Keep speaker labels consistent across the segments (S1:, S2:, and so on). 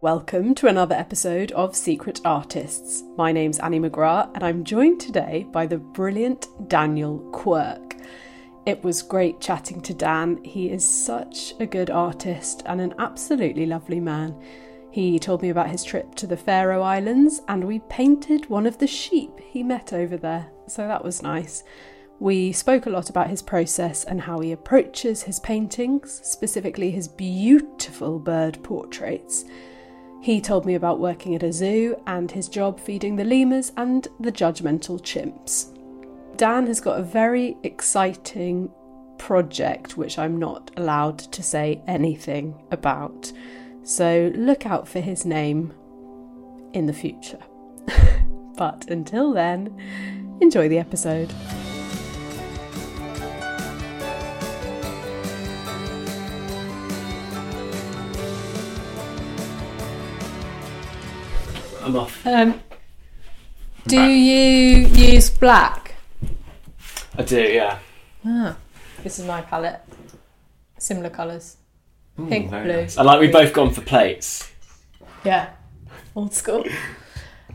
S1: Welcome to another episode of Secret Artists. My name's Annie McGrath and I'm joined today by the brilliant Daniel Quirk. It was great chatting to Dan. He is such a good artist and an absolutely lovely man. He told me about his trip to the Faroe Islands and we painted one of the sheep he met over there, so that was nice. We spoke a lot about his process and how he approaches his paintings, specifically his beautiful bird portraits. He told me about working at a zoo and his job feeding the lemurs and the judgmental chimps. Dan has got a very exciting project which I'm not allowed to say anything about. So look out for his name in the future. but until then, enjoy the episode.
S2: I'm off.
S1: Um, do you use black?
S2: I do, yeah.
S1: This is my palette. Similar colours. Pink,
S2: Very
S1: blue.
S2: nice. I like we've both gone for plates.
S1: Yeah. Old school.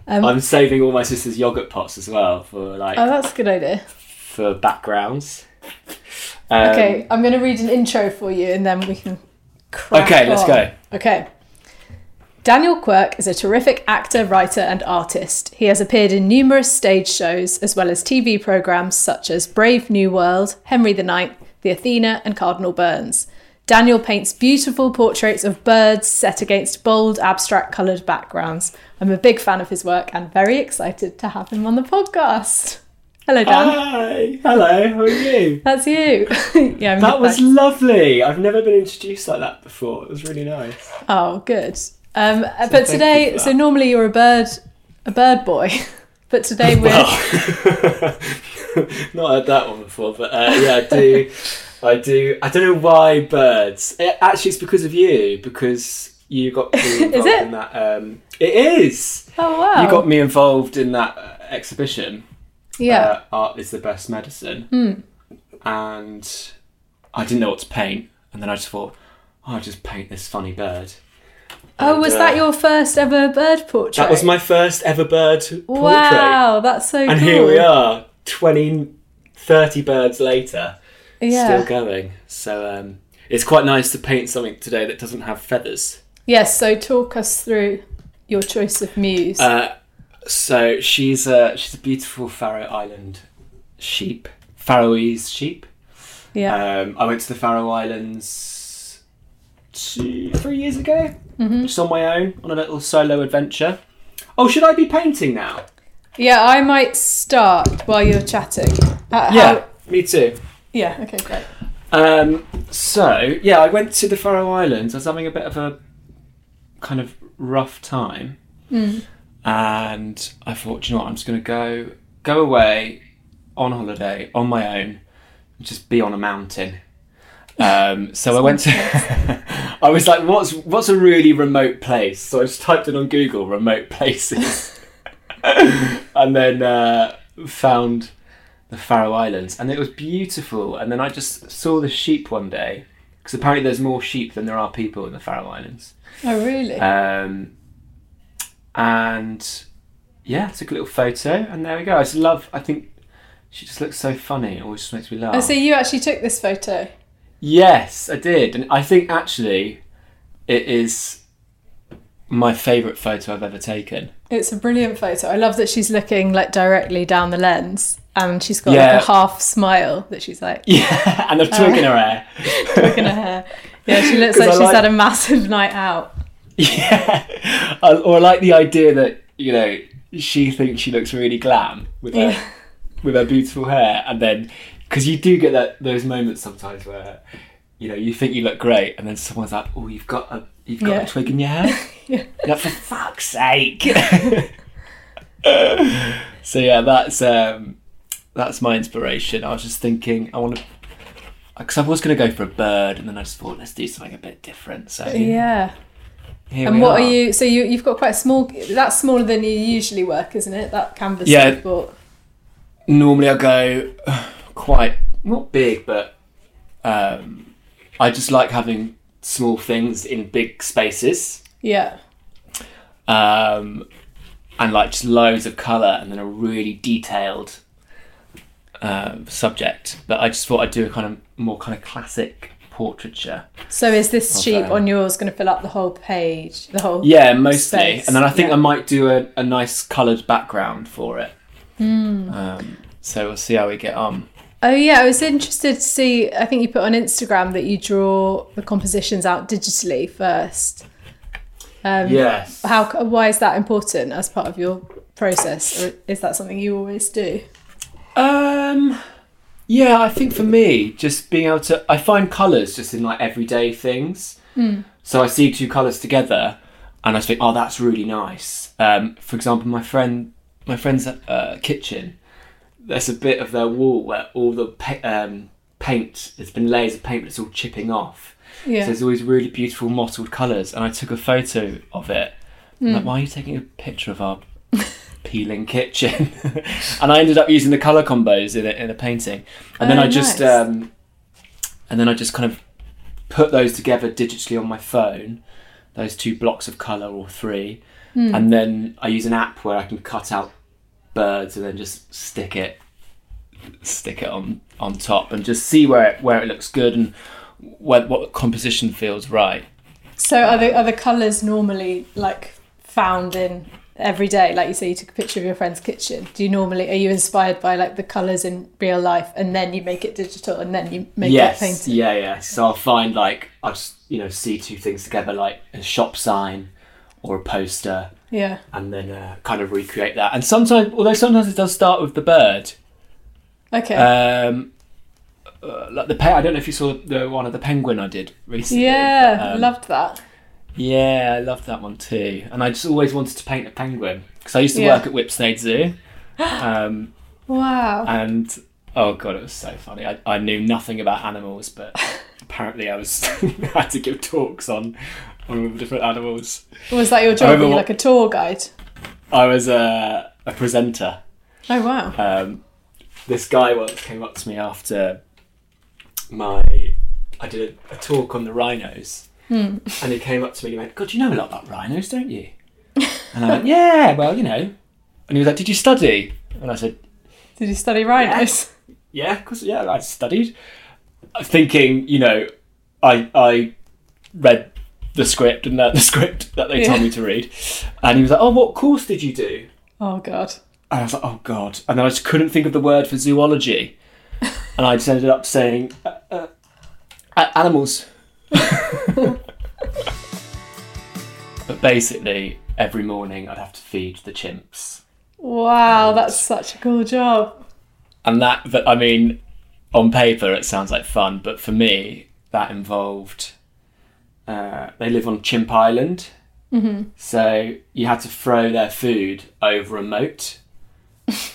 S2: I'm saving all my sister's yogurt pots as well for like
S1: Oh, that's a good idea.
S2: for backgrounds. Um,
S1: Okay, I'm going to read an intro for you and then we can crack
S2: Okay, let's
S1: on.
S2: go.
S1: Okay. Daniel Quirk is a terrific actor, writer, and artist. He has appeared in numerous stage shows as well as TV programs such as Brave New World, Henry IX, The Athena, and Cardinal Burns. Daniel paints beautiful portraits of birds set against bold, abstract coloured backgrounds. I'm a big fan of his work and very excited to have him on the podcast. Hello, Dan.
S2: Um, Ah. Hi. Hello. How are you?
S1: That's you. yeah, I'm
S2: That
S1: good,
S2: was
S1: thanks.
S2: lovely. I've never been introduced like that before. It was really nice.
S1: Oh, good. Um, but
S2: you
S1: today,
S2: for
S1: so
S2: that.
S1: normally you're a bird, a bird boy, but today we're
S2: Not heard that one before, but uh, yeah, I do. I do. I don't know why birds. Eh, actually, it's because of you because you got me involved
S1: it?
S2: in that. Um, it is.
S1: oh wow,
S2: You got me involved in that uh, exhibition.
S1: yeah, Hmm.
S2: uh, art is the best medicine. And I didn't know what to paint, and then I just thought, oh, I'll just paint this funny bird.
S1: oh,
S2: and,
S1: was
S2: uh,
S1: that your first ever bird portrait?
S2: That was my first ever bird portrait.
S1: wow, that's so
S2: And
S1: cool.
S2: here we are, 20, 30 birds later,
S1: yeah,
S2: still going. So um, it's quite nice to paint something today that doesn't have feathers.
S1: yes. So talk us through your choice of muse.
S2: Uh, so she's a, she's a beautiful Faroe Island sheep, Faroese sheep.
S1: yeah,
S2: Um, I went to the Faroe Islands two, three years ago, just on my own, on a little solo adventure. Oh, should I be painting now?
S1: yeah. I might start while you're chatting. Uh, how-
S2: me too.
S1: yeah. Okay, great.
S2: Um, so yeah, I went to the Faroe Islands. I was having a bit of a kind of rough time, and I thought, "Do you know what, I'm just going to go go away on holiday on my own, and just be on a mountain. Um, so I went to. I was like, "What's what's a really remote place?" So I just typed in on Google remote places, and then uh, found the Faroe Islands, and it was beautiful. And then I just saw the sheep one day, because apparently there's more sheep than there are people in the Faroe Islands.
S1: Oh, really?
S2: Um, and yeah, took a little photo, and there we go. I just love. I think she just looks so funny. It always just makes me laugh.
S1: oh, so you actually took this photo.
S2: Yes, I did, and I think actually it is my favourite photo I've ever taken.
S1: It's a brilliant photo. I love that she's looking like directly down the lens and she's got
S2: Yeah.
S1: like a half smile that she's like
S2: Yeah, and a twig in her hair.
S1: looking at her. Yeah, she looks
S2: 'Cause
S1: like
S2: I
S1: she's
S2: like-
S1: had a massive night out.
S2: Yeah, I, or I like the idea that you know she thinks she looks really glam with her
S1: Yeah.
S2: with her beautiful hair, and then because you do get that those moments sometimes where you know you think you look great, and then someone's like, "Oh, you've got a you've got
S1: Yeah.
S2: a twig in your hair."
S1: Yeah.
S2: You're like, for fuck's sake. so yeah, that's um, that's my inspiration. I was just thinking, I want to. Because I was going to go for a bird, and then I just thought, let's do something a bit different. So
S1: Yeah.
S2: here
S1: And
S2: we
S1: what
S2: are.
S1: are you? So you you've got quite a small. That's smaller than you usually work, isn't it? That canvas.
S2: Yeah.
S1: You've bought.
S2: normally I go quite not big, but um, I just like having small things in big spaces,
S1: Yeah.
S2: um, and like just loads of colour, and then a really detailed um, subject. But I just thought I'd do a kind of more kind of classic portraiture.
S1: So is this sheep
S2: damn.
S1: on yours going to fill up the whole page? The whole.
S2: Yeah, mostly.
S1: Space,
S2: And then I think
S1: yeah.
S2: I might do a, a nice coloured background for it.
S1: Hmm.
S2: Um, so we'll see how we get on.
S1: Oh yeah, I was interested to see. I think you put on Instagram that you draw the compositions out digitally first. Um,
S2: Yes.
S1: How? c- Why is that important as part of your process, or is that something you always do?
S2: Um, yeah, I think for me, just being able to, I find colours just in like everyday things. So I see two colours together, and I just think, oh, that's really nice. Um, for example, my friend, my friend's uh, kitchen. There's a bit of their wall where all the pa- um, paint, there's been layers of paint, but it's all chipping off.
S1: Yeah.
S2: So there's always really beautiful mottled colours, and I took a photo of it. I'm like, why are you taking a picture of our peeling kitchen? and I ended up using the colour combos in a, in a painting, and then
S1: Oh,
S2: I just
S1: nice.
S2: um, and then I just kind of put those together digitally on my phone, those two blocks of colour or three,
S1: Hmm.
S2: and then I use an app where I can cut out birds and then just stick it stick it on on top and just see where it, where it looks good and where, what composition feels right.
S1: So are the are the colours normally like found in every day? Like you say, you took a picture of your friend's kitchen. Do you normally are you inspired by like the colours in real life, and then you make it digital, and then you make it
S2: yes,
S1: painted?
S2: yeah, yeah. So I'll find like I just you know see two things together like a shop sign or a poster
S1: Yeah.
S2: and then uh, kind of recreate that. And sometimes, although sometimes it does start with the bird.
S1: Okay.
S2: Um, uh, like the pe- I don't know if you saw the one of the penguin I did recently.
S1: yeah,
S2: but, um,
S1: loved that.
S2: Yeah, I love that one too. And I just always wanted to paint a penguin because I used to
S1: Yeah.
S2: work at Whipsnade Zoo. Um,
S1: Wow.
S2: and oh god, it was so funny. I, I knew nothing about animals, but apparently I was had to give talks on on all the different animals.
S1: Was that your
S2: I
S1: job?
S2: remember
S1: Were you like
S2: what-
S1: a tour guide?
S2: I was a, a presenter.
S1: Oh wow.
S2: Um, this guy once came up to me after my I did a, a talk on the rhinos, and he came up to me and he went, "God, you know a lot about rhinos, don't you?" And I went, "Yeah, well, you know." And he was like, "Did you study?" And I said,
S1: Did you study rhinos?
S2: yeah, 'cause- yeah, I studied. Thinking, you know, I I read the script and that the script that they told
S1: Yeah.
S2: me to read, and he was like, "Oh, what course did you do?"
S1: Oh god.
S2: And I was like, "Oh God!" And then I just couldn't think of the word for zoology, and I just ended up saying uh, uh, a- animals. but basically, every morning I'd have to feed the chimps.
S1: Wow, that's such a cool job.
S2: and that but i mean on paper it sounds like fun but for me that involved uh, they live on chimp island so you had to throw their food over a moat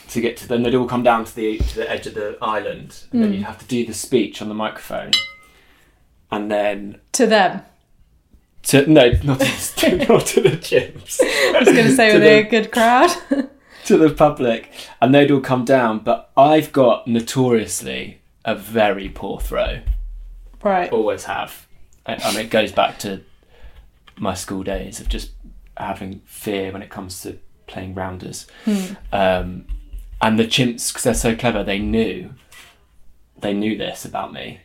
S2: to get to them they'd all come down to the to the edge of the island and then you'd have to do the speech on the microphone and then
S1: To them.
S2: to no not to, not to the chimps
S1: I was gonna say
S2: To
S1: were they a
S2: them.
S1: good crowd?
S2: to the public and they'd all come down but i've got notoriously a very poor throw
S1: right.
S2: always have. I, I mean, it goes back to my school days of just having fear when it comes to playing rounders. Um, and the chimps, because they're so clever, they knew they knew this about me,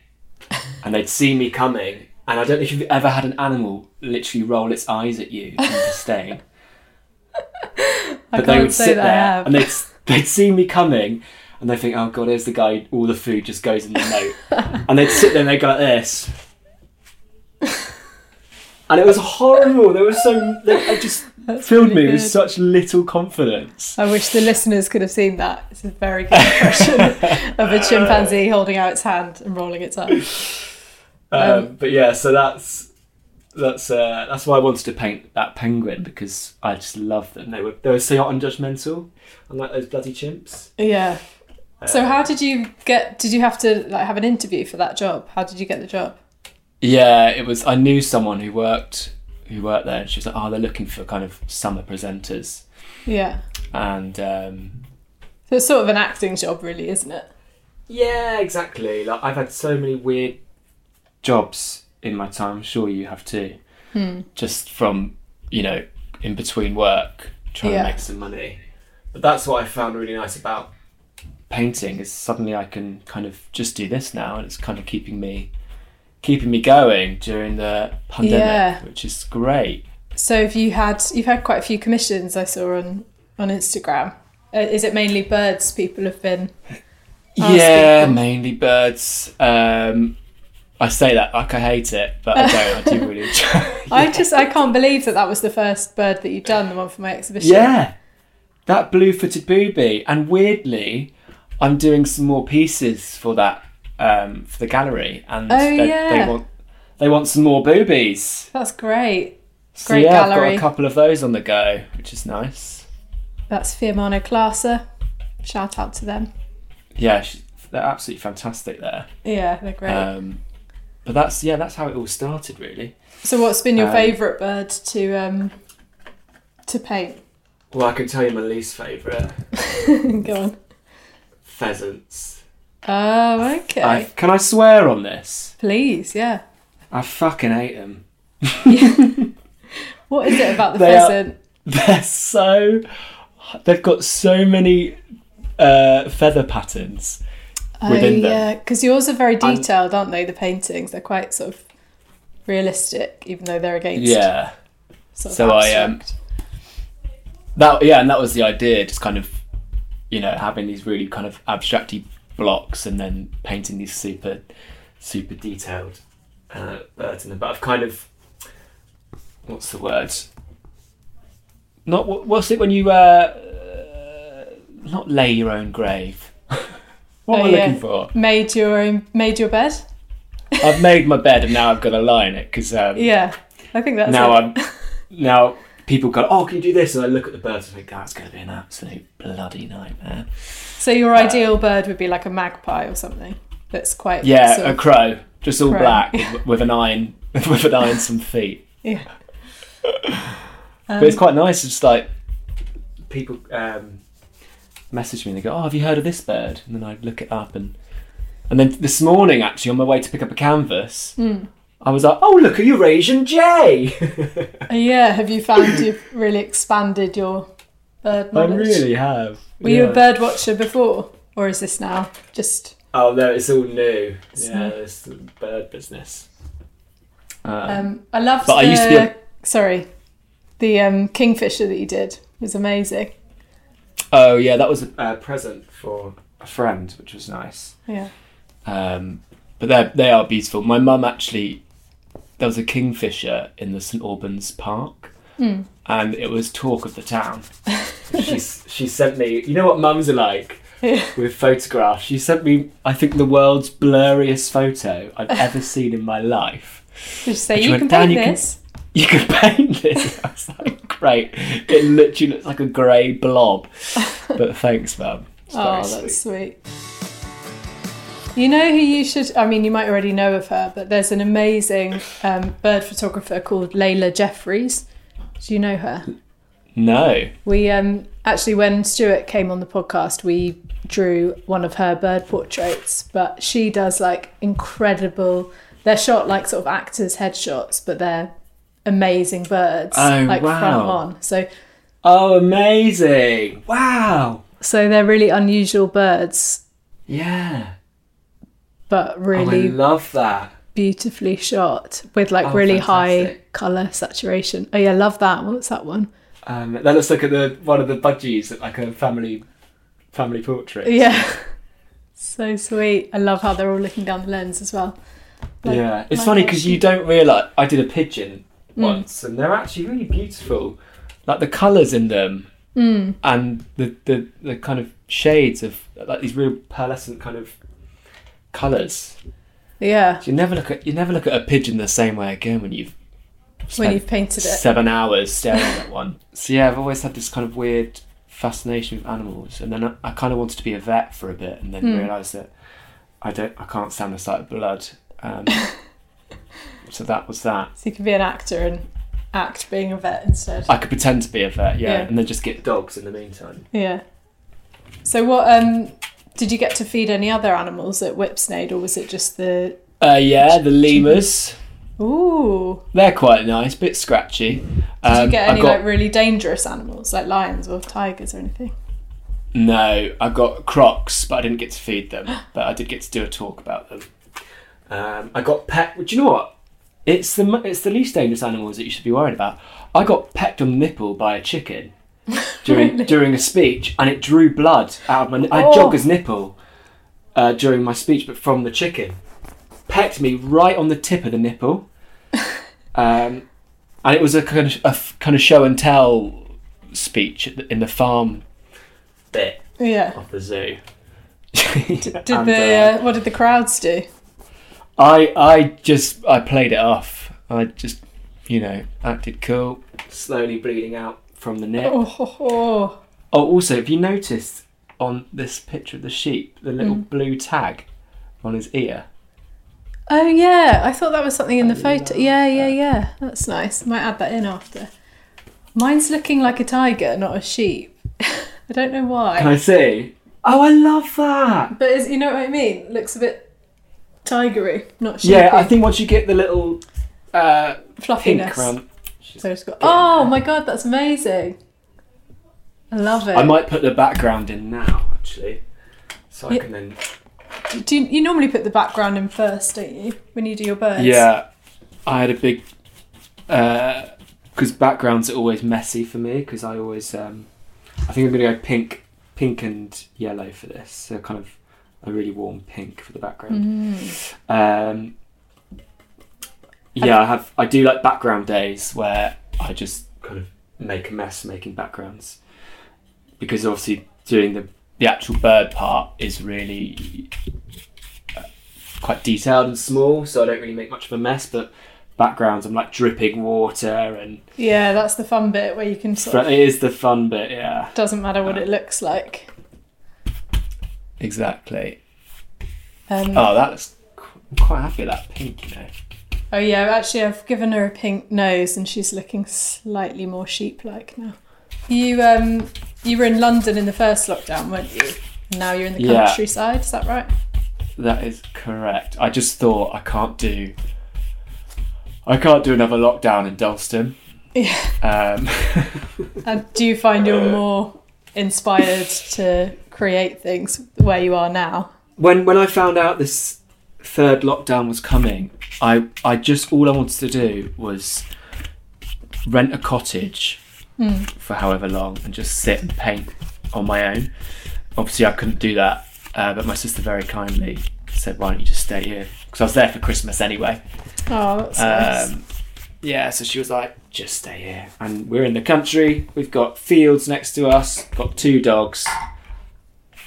S2: and they'd see me coming, And I don't know if you've ever had an animal literally roll its eyes at you in disdain.
S1: I
S2: but they
S1: can't
S2: would
S1: say
S2: sit
S1: that I
S2: there
S1: have.
S2: and they'd, they'd see me coming and they think, oh god, here's the guy, all the food just goes in the note. and they'd sit there and they'd go like this. and it was horrible. There was so, they, it just filled me
S1: really
S2: with
S1: good.
S2: such little confidence.
S1: I wish the listeners could have seen that. It's a very good impression of a chimpanzee holding out its hand and rolling its eyes.
S2: Um, but yeah, so that's that's uh, that's why I wanted to paint that penguin because I just love them. They were they were so unjudgmental, unlike those bloody chimps.
S1: Yeah. So how did you get? Did you have to like have an interview for that job? How did you get the job?
S2: Yeah, it was. I knew someone who worked who worked there, and she was like, "Oh, they're looking for kind of summer presenters."
S1: Yeah.
S2: And um,
S1: So it's sort of an acting job, really, isn't it?
S2: yeah, exactly. Like I've had so many weird jobs in my time. I'm sure you have too.
S1: Hmm.
S2: Just from you know, in between work, trying
S1: Yeah.
S2: to make some money. But that's what I found really nice about painting is suddenly I can kind of just do this now, and it's kind of keeping me keeping me going during the pandemic,
S1: Yeah.
S2: which is great.
S1: So have you had you've had quite a few commissions I saw on on Instagram. Uh, is it mainly birds people have been? asking
S2: Yeah,
S1: for?
S2: mainly birds. Um, I say that like I hate it, but I don't. I do really enjoy.
S1: I just I can't believe that that was the first bird that you'd done, the one for my exhibition.
S2: Yeah, that blue-footed booby, and weirdly, I'm doing some more pieces for that um, for the gallery, and
S1: Oh,
S2: they,
S1: yeah.
S2: they want they want some more boobies.
S1: That's great.
S2: So
S1: Great
S2: yeah, I've
S1: gallery.
S2: got a couple of those on the go, which is nice.
S1: That's Fiamano Classa. Shout out to them.
S2: Yeah, she, they're absolutely fantastic there.
S1: Yeah, they're great.
S2: Um, but that's yeah, that's how it all started really.
S1: so what's been your
S2: um,
S1: favourite bird to um to paint?
S2: Well, I can tell you my least favourite
S1: Go on.
S2: pheasants.
S1: Oh, okay.
S2: I, can I swear on this?
S1: Please, yeah.
S2: I fucking hate them.
S1: What is it about the
S2: They are-
S1: pheasant?
S2: They're so. They've got so many uh, feather patterns
S1: oh,
S2: within them.
S1: yeah, because yours are very
S2: And-
S1: detailed, aren't they? The paintings they're quite sort of realistic, even though they're against.
S2: Yeah.
S1: Sort of
S2: So I, um,
S1: abstract.
S2: That yeah, and that was the idea. Just kind of, you know, having these really kind of abstracty blocks, and then painting these super, super detailed uh, birds in them. But I've kind of. What's the word? Not wha- what's it when you uh, uh, not lay your own grave. what
S1: Oh,
S2: am I
S1: yeah.
S2: looking for?
S1: made your own, made your bed.
S2: I've made my bed and now I've got to lie in it because um,
S1: Yeah, I think that's
S2: now
S1: it.
S2: I'm now people go, oh, can you do this? And I look at the birds and think, that's going to be an absolute bloody nightmare.
S1: So your ideal bird would be like a magpie or something. That's quite
S2: Yeah,
S1: sort
S2: a
S1: of-
S2: crow, just all
S1: Crow.
S2: black with, with an iron, with an iron some feet.
S1: yeah. Um,
S2: but it's quite nice. It's like people um, message me and they go, oh, have you heard of this bird? And then I look it up and and then this morning actually on my way to pick up a canvas.
S1: Hmm.
S2: I was like, oh, look, a Eurasian jay.
S1: Yeah, have you found you've really expanded your bird
S2: I
S1: knowledge?
S2: really have.
S1: Were you
S2: Yeah.
S1: a bird watcher before, or is this now just?
S2: Oh no, it's all new. yeah,
S1: new.
S2: it's the bird business. Uh,
S1: Um, I loved
S2: But
S1: the
S2: I used to be a-
S1: sorry, the um, kingfisher that you did was amazing.
S2: oh yeah, that was a uh, present for a friend, which was nice.
S1: Yeah,
S2: Um, but they they are beautiful. My mum actually there was a kingfisher in the St Albans Park, and it was talk of the town. she she sent me. You know what mums are like. With photographs, she sent me, I think, the world's blurriest photo I've ever seen in my life.
S1: did you say
S2: But
S1: you
S2: you
S1: can
S2: went down,
S1: paint
S2: you can-
S1: this?
S2: you could paint this. I was like, great. It literally looks like a grey blob. But thanks, mum. It's very
S1: Oh, that's sweet. You know who you should? I mean, you might already know of her, but there's an amazing um, bird photographer called Layla Jeffries. Do you know her?
S2: No.
S1: We um, actually, when Stuart came on the podcast, we drew one of her bird portraits, but she does like incredible. They're shot like sort of actors' headshots, but they're amazing birds,
S2: Oh,
S1: like front
S2: wow.
S1: on. So,
S2: Oh, amazing. Wow.
S1: so they're really unusual birds,
S2: Yeah.
S1: but
S2: Oh, I
S1: really
S2: love that.
S1: beautifully shot with like
S2: Oh,
S1: really high
S2: fantastic.
S1: color saturation. Oh yeah, love that. What's that one?
S2: Um, that looks like the one of the budgies, like a family family portrait.
S1: Yeah. so sweet. I love how they're all looking down the lens as well. Like,
S2: yeah, it's
S1: like Mm.
S2: funny
S1: how
S2: because
S1: she-
S2: you don't realise. I did a pigeon once, and they're actually really beautiful. Like the colours in them,
S1: Mm.
S2: and the, the the kind of shades of like these real pearlescent kind of colours.
S1: Yeah.
S2: You never look at you never look at a pigeon the same way again when you've
S1: When
S2: spent
S1: you've painted it.
S2: seven hours staring at one. So yeah, I've always had this kind of weird fascination with animals, and then I, I kind of wanted to be a vet for a bit, and then
S1: Hmm.
S2: realised that I don't, I can't stand the sight of blood. Um, so that was that.
S1: So you can be an actor and act being a vet instead.
S2: I could pretend to be a vet, yeah,
S1: Yeah.
S2: and then just get dogs in the meantime.
S1: Yeah. So what um did you get to feed any other animals at Whipsnade or was it just the
S2: Uh, yeah, the lemurs.
S1: Ooh.
S2: They're quite nice, bit scratchy.
S1: Did
S2: Um,
S1: you get
S2: I
S1: any
S2: got-
S1: like really dangerous animals like lions or tigers or anything?
S2: No, I got crocs, but I didn't get to feed them. But I did get to do a talk about them. Um, I got pecked. Do you know what? It's the mo- it's the least dangerous animals that you should be worried about. I got pecked on the nipple by a chicken during during a speech, and it drew blood out of my. Ni- I had
S1: Oh.
S2: jogger's nipple uh, during my speech, but from the chicken, pecked me right on the tip of the nipple, um, and it was a kind of a f- kind of show and tell speech at the- in the farm bit
S1: Yeah.
S2: of the zoo.
S1: Did
S2: And,
S1: the uh,
S2: uh,
S1: what did the crowds do?
S2: I I just I played it off. I just you know acted cool. Slowly bleeding out from the neck.
S1: Oh,
S2: Oh,
S1: ho, ho.
S2: also, have you noticed on this picture of the sheep the little
S1: Mm.
S2: blue tag on his ear?
S1: Oh, yeah, I thought that was something in the
S2: Oh,
S1: photo. Yeah, yeah, yeah. That's nice. Might add that in after. Mine's looking like a tiger, not a sheep. I don't know why.
S2: Can I see? Oh, I love that.
S1: But is, you know what I mean? Looks a bit tigery, not sheepy.
S2: Yeah, I think once you get the little uh, pink
S1: fluffiness.
S2: around,
S1: So it's got, oh my god, that's amazing. I love it.
S2: I might put the background in now actually, so I
S1: Yeah.
S2: can then.
S1: Do you, you normally put the background in first, don't you? When you do your birds.
S2: Yeah, I had a big because backgrounds are always messy for me because I always um, I think I'm gonna go pink, pink and yellow for this. So kind of a really warm pink for the background. Um, yeah, I have. I do like background days where I just kind of make a mess making backgrounds because obviously doing the the actual bird part is really quite detailed and small, so I don't really make much of a mess. But backgrounds, I'm like dripping water, and
S1: Yeah, that's the fun bit where you can sort of,
S2: but it is the fun bit. Yeah,
S1: doesn't matter what it looks like.
S2: exactly.
S1: Um,
S2: Oh, that's qu- quite happy with that pink, you know.
S1: Oh yeah, actually, I've given her a pink nose, and she's looking slightly more sheep-like now. You um, you were in London in the first lockdown, weren't you? Now you're in the
S2: Yeah.
S1: countryside. Is that right?
S2: That is correct. I just thought I can't do. I can't do another lockdown in Dalston.
S1: Yeah.
S2: Um,
S1: And do you find you're
S2: Uh,
S1: more inspired to create things where you are now?
S2: when when I found out this third lockdown was coming, I I just all I wanted to do was rent a cottage
S1: Hmm.
S2: for however long and just sit and paint on my own. Obviously, I couldn't do that, uh, but my sister very kindly said, "Why don't you just stay here?" Because I was there for Christmas anyway.
S1: Oh, that's nice.
S2: Um, yeah, so she was like, "Just stay here," and we're in the country. We've got fields next to us. Got two dogs.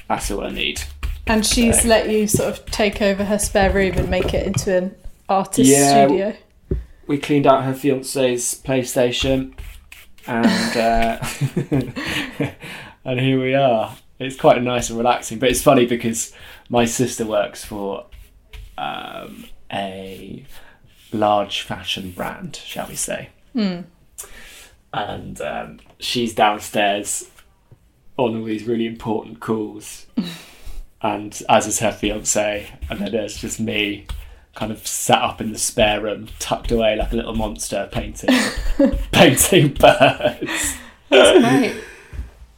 S2: That's all I need.
S1: And she's let you sort of take over her spare room and make it into an artist
S2: Yeah.
S1: studio.
S2: we cleaned out her fiance's PlayStation, and uh, and here we are. It's quite nice and relaxing, but it's funny because my sister works for um, a large fashion brand, shall we say, and um, she's downstairs on all these really important calls. And as is her fiance, and then there's just me kind of sat up in the spare room, tucked away like a little monster, painting, painting birds.
S1: Right.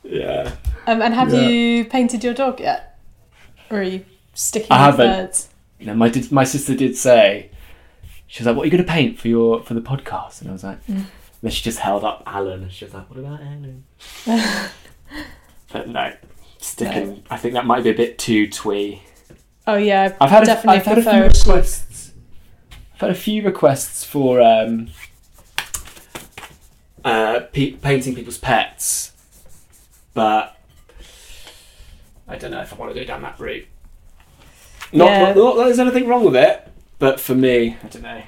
S2: Yeah.
S1: Um, and have
S2: Yeah.
S1: you painted your dog yet? Or are you sticking
S2: I
S1: with
S2: haven't.
S1: birds?
S2: You know, my did, my sister did say she was like, "What are you going to paint for your for the podcast?" And I was like, and then she just held up Alan, and she was like, "What about Alan?" but no, sticking. I think that might be a bit too twee.
S1: Oh yeah,
S2: I've had a,
S1: definitely
S2: I've had a few
S1: prefer
S2: requests. I've had a few requests for um, uh, pe- painting people's pets, but I don't know if I want to go down that route. Not,
S1: Yeah.
S2: not, not that there's anything wrong with it, but for me, I don't know.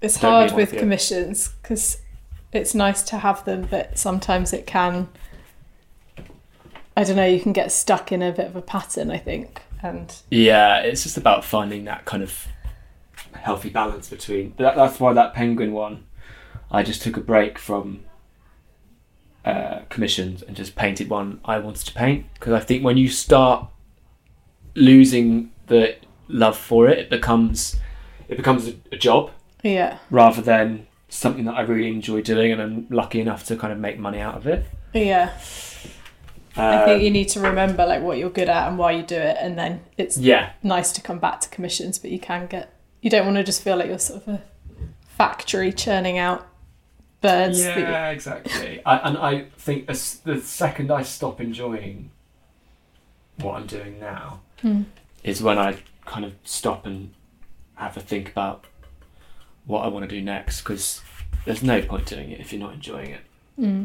S1: It's
S2: Don't
S1: hard
S2: need one
S1: with
S2: for you.
S1: commissions because it's nice to have them, but sometimes it can. I don't know. You can get stuck in a bit of a pattern, I think, and
S2: Yeah, it's just about finding that kind of healthy balance between. That, that's why that penguin one, I just took a break from uh, commissions and just painted one I wanted to paint because I think when you start losing the love for it, it becomes it becomes a, a job
S1: yeah,
S2: rather than something that I really enjoy doing and I'm lucky enough to kind of make money out of it.
S1: yeah. I
S2: Um,
S1: think you need to remember like what you're good at and why you do it, and then it's
S2: yeah,
S1: nice to come back to commissions, but you can get. You don't want to just feel like you're sort of a factory churning out birds. that you-
S2: Yeah, exactly. I, and I think as, the second I stop enjoying what I'm doing now is when I kind of stop and have a think about what I want to do next because there's no point doing it if you're not enjoying it.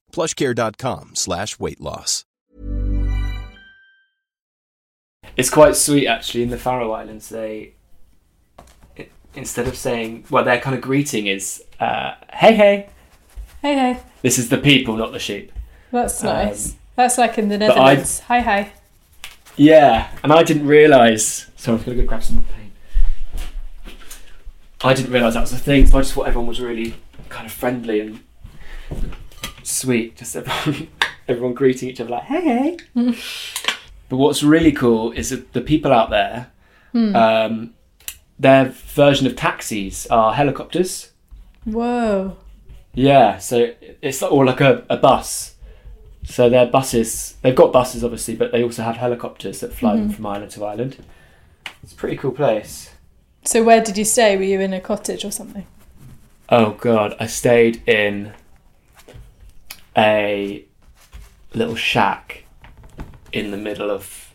S3: Plushcare.com slash weight loss.
S2: It's quite sweet actually in the Faroe Islands. They i- instead of saying well, their kind of greeting is uh, "Hey hey."
S1: Hey hey,
S2: This is the people, not the sheep.
S1: that's
S2: Um,
S1: nice. That's like in the
S2: but I-
S1: Netherlands. Hi hi.
S2: Yeah, and I didn't realise. Sorry, I'm going to go grab some paint. I didn't realise that was a thing, so I just thought everyone was really kind of friendly and sweet. Just everyone, everyone greeting each other like, hey, hey. but what's really cool is that the people out there, um, their version of taxis are helicopters.
S1: Whoa.
S2: Yeah, so it's like- or like a, a bus. So their buses, they've got buses obviously, but they also have helicopters that fly them from island to island. It's a pretty cool place.
S1: So where did you stay? Were you in a cottage or something?
S2: Oh god, I stayed in a little shack in the middle of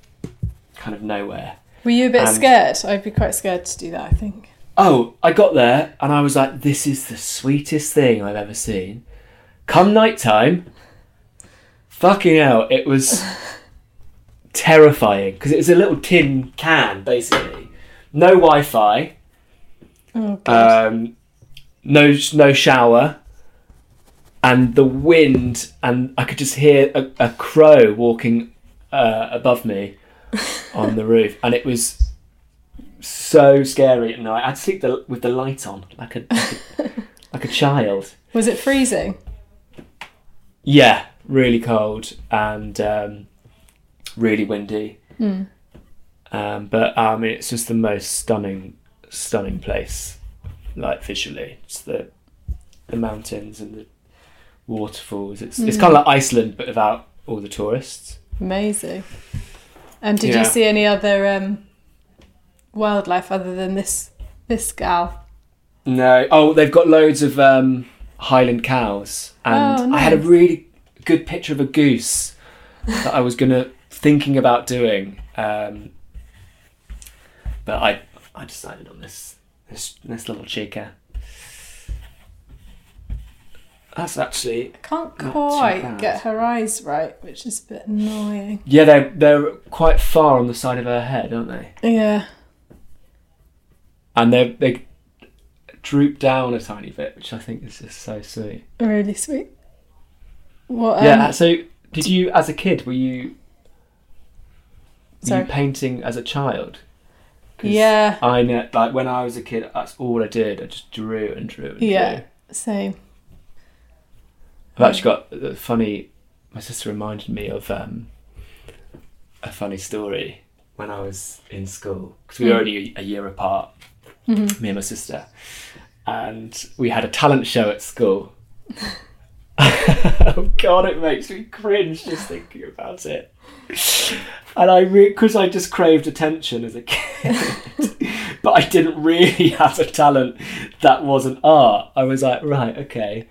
S2: kind of nowhere.
S1: Were you a bit
S2: Um,
S1: scared? I'd be quite scared to do that, I think.
S2: Oh, I got there and I was like, this is the sweetest thing I've ever seen. Come nighttime, fucking hell, it was terrifying because it was a little tin can basically. No Wi Fi,
S1: Oh god.
S2: um, no, no shower, and the wind, and I could just hear a, a crow walking uh, above me on the roof, and it was so scary at night. I'd sleep the, with the light on, like a like a, like a child.
S1: was it freezing?
S2: Yeah, really cold and um, really windy. Um, but I mean, it's just the most stunning, stunning place, like visually. It's the the mountains and the waterfalls. It's it's kind of like Iceland, but without all the tourists.
S1: Amazing. And did
S2: Yeah.
S1: you see any other um, wildlife other than this this gal?
S2: No. Oh, they've got loads of um, Highland cows, and
S1: Oh,
S2: I had a
S1: nice.
S2: really good picture of a goose that I was gonna thinking about doing, um, but I I decided on this This, this little chica. That's actually
S1: Can't
S2: Not too
S1: quite
S2: bad.
S1: get her eyes right, which is a bit annoying.
S2: yeah. They're they're quite far on the side of her head, aren't they?
S1: Yeah.
S2: And they they droop down a tiny bit, which I think is just so sweet.
S1: Really sweet. What? Um,
S2: yeah. So did you, as a kid, were you, were
S1: Sorry.
S2: you painting as a child? 'Cause
S1: Yeah.
S2: I know. Like when I was a kid, that's all I did. I just drew and drew and
S1: Yeah.
S2: drew.
S1: Same.
S2: I've actually got a funny. My sister reminded me of um, a funny story when I was in school because we were already a year apart, me and my sister, and we had a talent show at school. oh God, it makes me cringe just thinking about it. And I, because I just craved attention as a kid, but I didn't really have a talent that wasn't art. I was like, right, okay.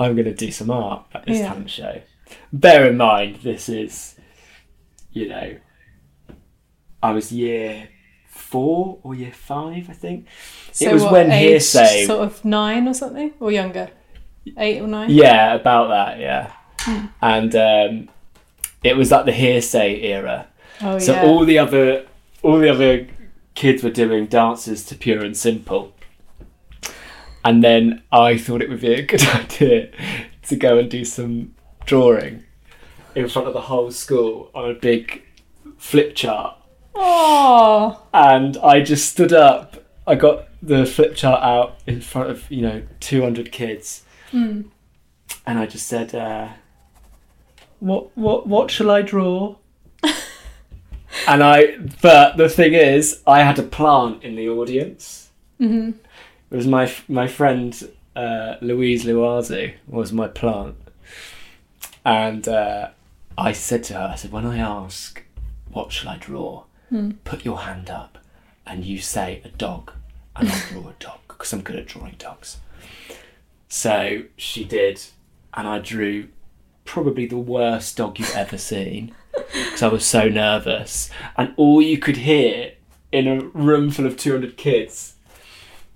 S2: I'm going to do some art at this
S1: Yeah.
S2: talent show. Bear in mind, this is, you know, I was year four or year five, I think. it was
S1: what,
S2: when
S1: age
S2: hearsay.
S1: Sort of nine or something, or younger. Eight or nine.
S2: Yeah, about that, yeah.
S1: Hmm.
S2: And um, it was like the hearsay era.
S1: Oh
S2: So
S1: yeah.
S2: all the other all the other kids were doing dances to pure and simple. And then I thought it would be a good idea to go and do some drawing in front of the whole school on a big flip chart.
S1: Oh.
S2: And I just stood up, I got the flip chart out in front of, you know, 200 kids. And I just said, uh, what, what, what shall I draw? and I, but the thing is, I had a plant in the audience. Mm-hmm. It was my my friend uh, Louise Luazu was my plant, and uh, I said to her, I said, when I ask, what shall I draw? Put your hand up, and you say a dog, and I'll draw a dog because I'm good at drawing dogs. So she did, and I drew probably the worst dog you've ever seen because I was so nervous. And all you could hear in a room full of 200 kids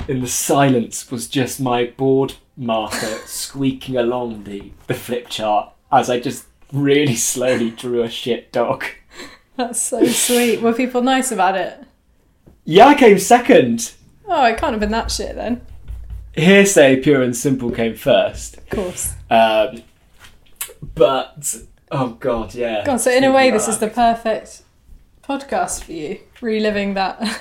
S2: in the silence was just my board marker squeaking along the, the flip chart as I just really slowly drew a shit dog.
S1: That's so sweet. Were people nice about it?
S2: Yeah, I came second.
S1: Oh, it can't have been that shit then.
S2: Hearsay, pure and simple, came first.
S1: Of course.
S2: Um, but, oh god, yeah.
S1: God, so in a way, this is
S2: Thinking
S1: the perfect podcast for you, reliving that.
S2: about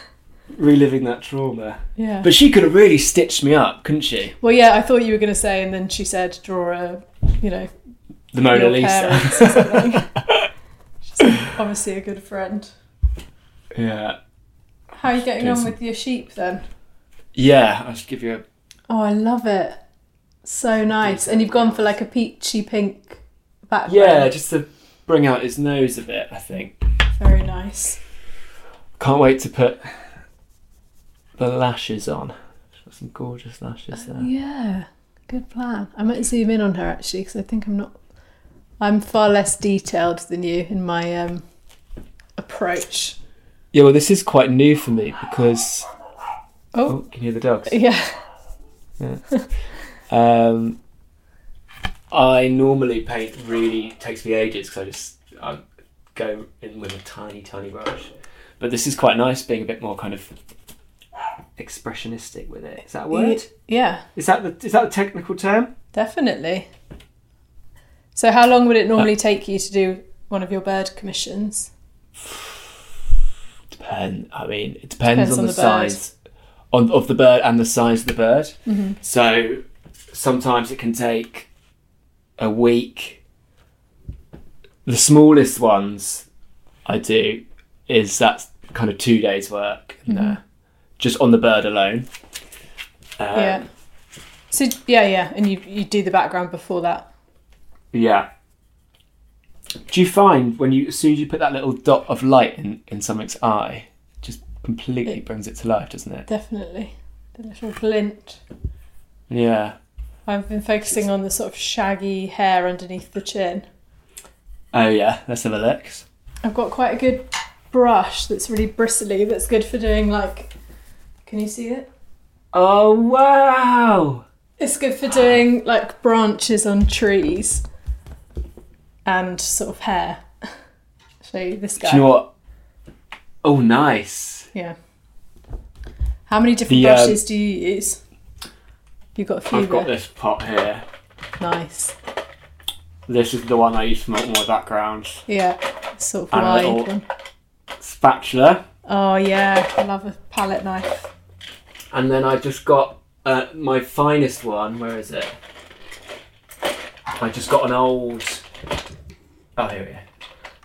S2: Reliving that trauma.
S1: yeah.
S2: But she could have really stitched me up, couldn't she?
S1: well, yeah, I thought you were going to say, and then she said, draw a, you know,
S2: The Mona
S1: your
S2: Lisa.
S1: parents or something. She's obviously a good friend.
S2: Yeah.
S1: How are you getting on
S2: Jason.
S1: with your sheep then?
S2: Yeah, I'll just give you a.
S1: Oh, I love it. So nice. And you've gone for like a peachy pink background.
S2: Yeah, just to bring out his nose a bit, I think.
S1: Very nice.
S2: Can't wait to put the lashes on. She's got some gorgeous lashes there.
S1: Yeah, good plan. I might zoom in on her actually because I think I'm not. I'm far less detailed than you in my um, approach.
S2: Yeah, well, this is quite new for me because.
S1: Oh,
S2: Oh, can you hear the dogs?
S1: yeah.
S2: Um, I normally paint really takes me ages because I just I go in with a tiny, tiny brush. But this is quite nice being a bit more kind of expressionistic with it. Is that a word?
S1: Yeah,
S2: Is that the is that the technical term?
S1: definitely. So, how long would it normally take you to do one of your bird commissions?
S2: Depend. I mean, it depends,
S1: Depends
S2: on,
S1: on
S2: the,
S1: the bird.
S2: size on of the bird and the size of the bird.
S1: Mm-hmm.
S2: So sometimes it can take a week. The smallest ones I do is that's kind of two days' work in
S1: Mm-hmm.
S2: there, just on the bird alone. Um,
S1: yeah. So yeah, yeah, and you you do the background before that.
S2: Yeah. Do you find when you as soon as you put that little dot of light in, in something's eye, it just completely brings it to life, doesn't it?
S1: Definitely, the little glint.
S2: Yeah.
S1: I've been focusing on the sort of shaggy hair underneath the chin.
S2: Oh yeah, let's have a look.
S1: I've got quite a good brush that's really bristly that's good for doing like can you see it?
S2: Oh wow!
S1: It's good for doing like branches on trees and sort of hair. So this guy.
S2: Do you know what? Oh, nice.
S1: Yeah. How many different
S2: The, uh,
S1: brushes do you use? You've got a few
S2: I've got
S1: there.
S2: this pot here.
S1: Nice.
S2: This is the one I use to make my backgrounds.
S1: Yeah. Sort of
S2: And a
S1: wide
S2: little-
S1: one.
S2: Spatula,
S1: Oh yeah, I love a palette knife.
S2: and then I just got uh, my finest one. Where is it? I just got an old. Oh, here we go.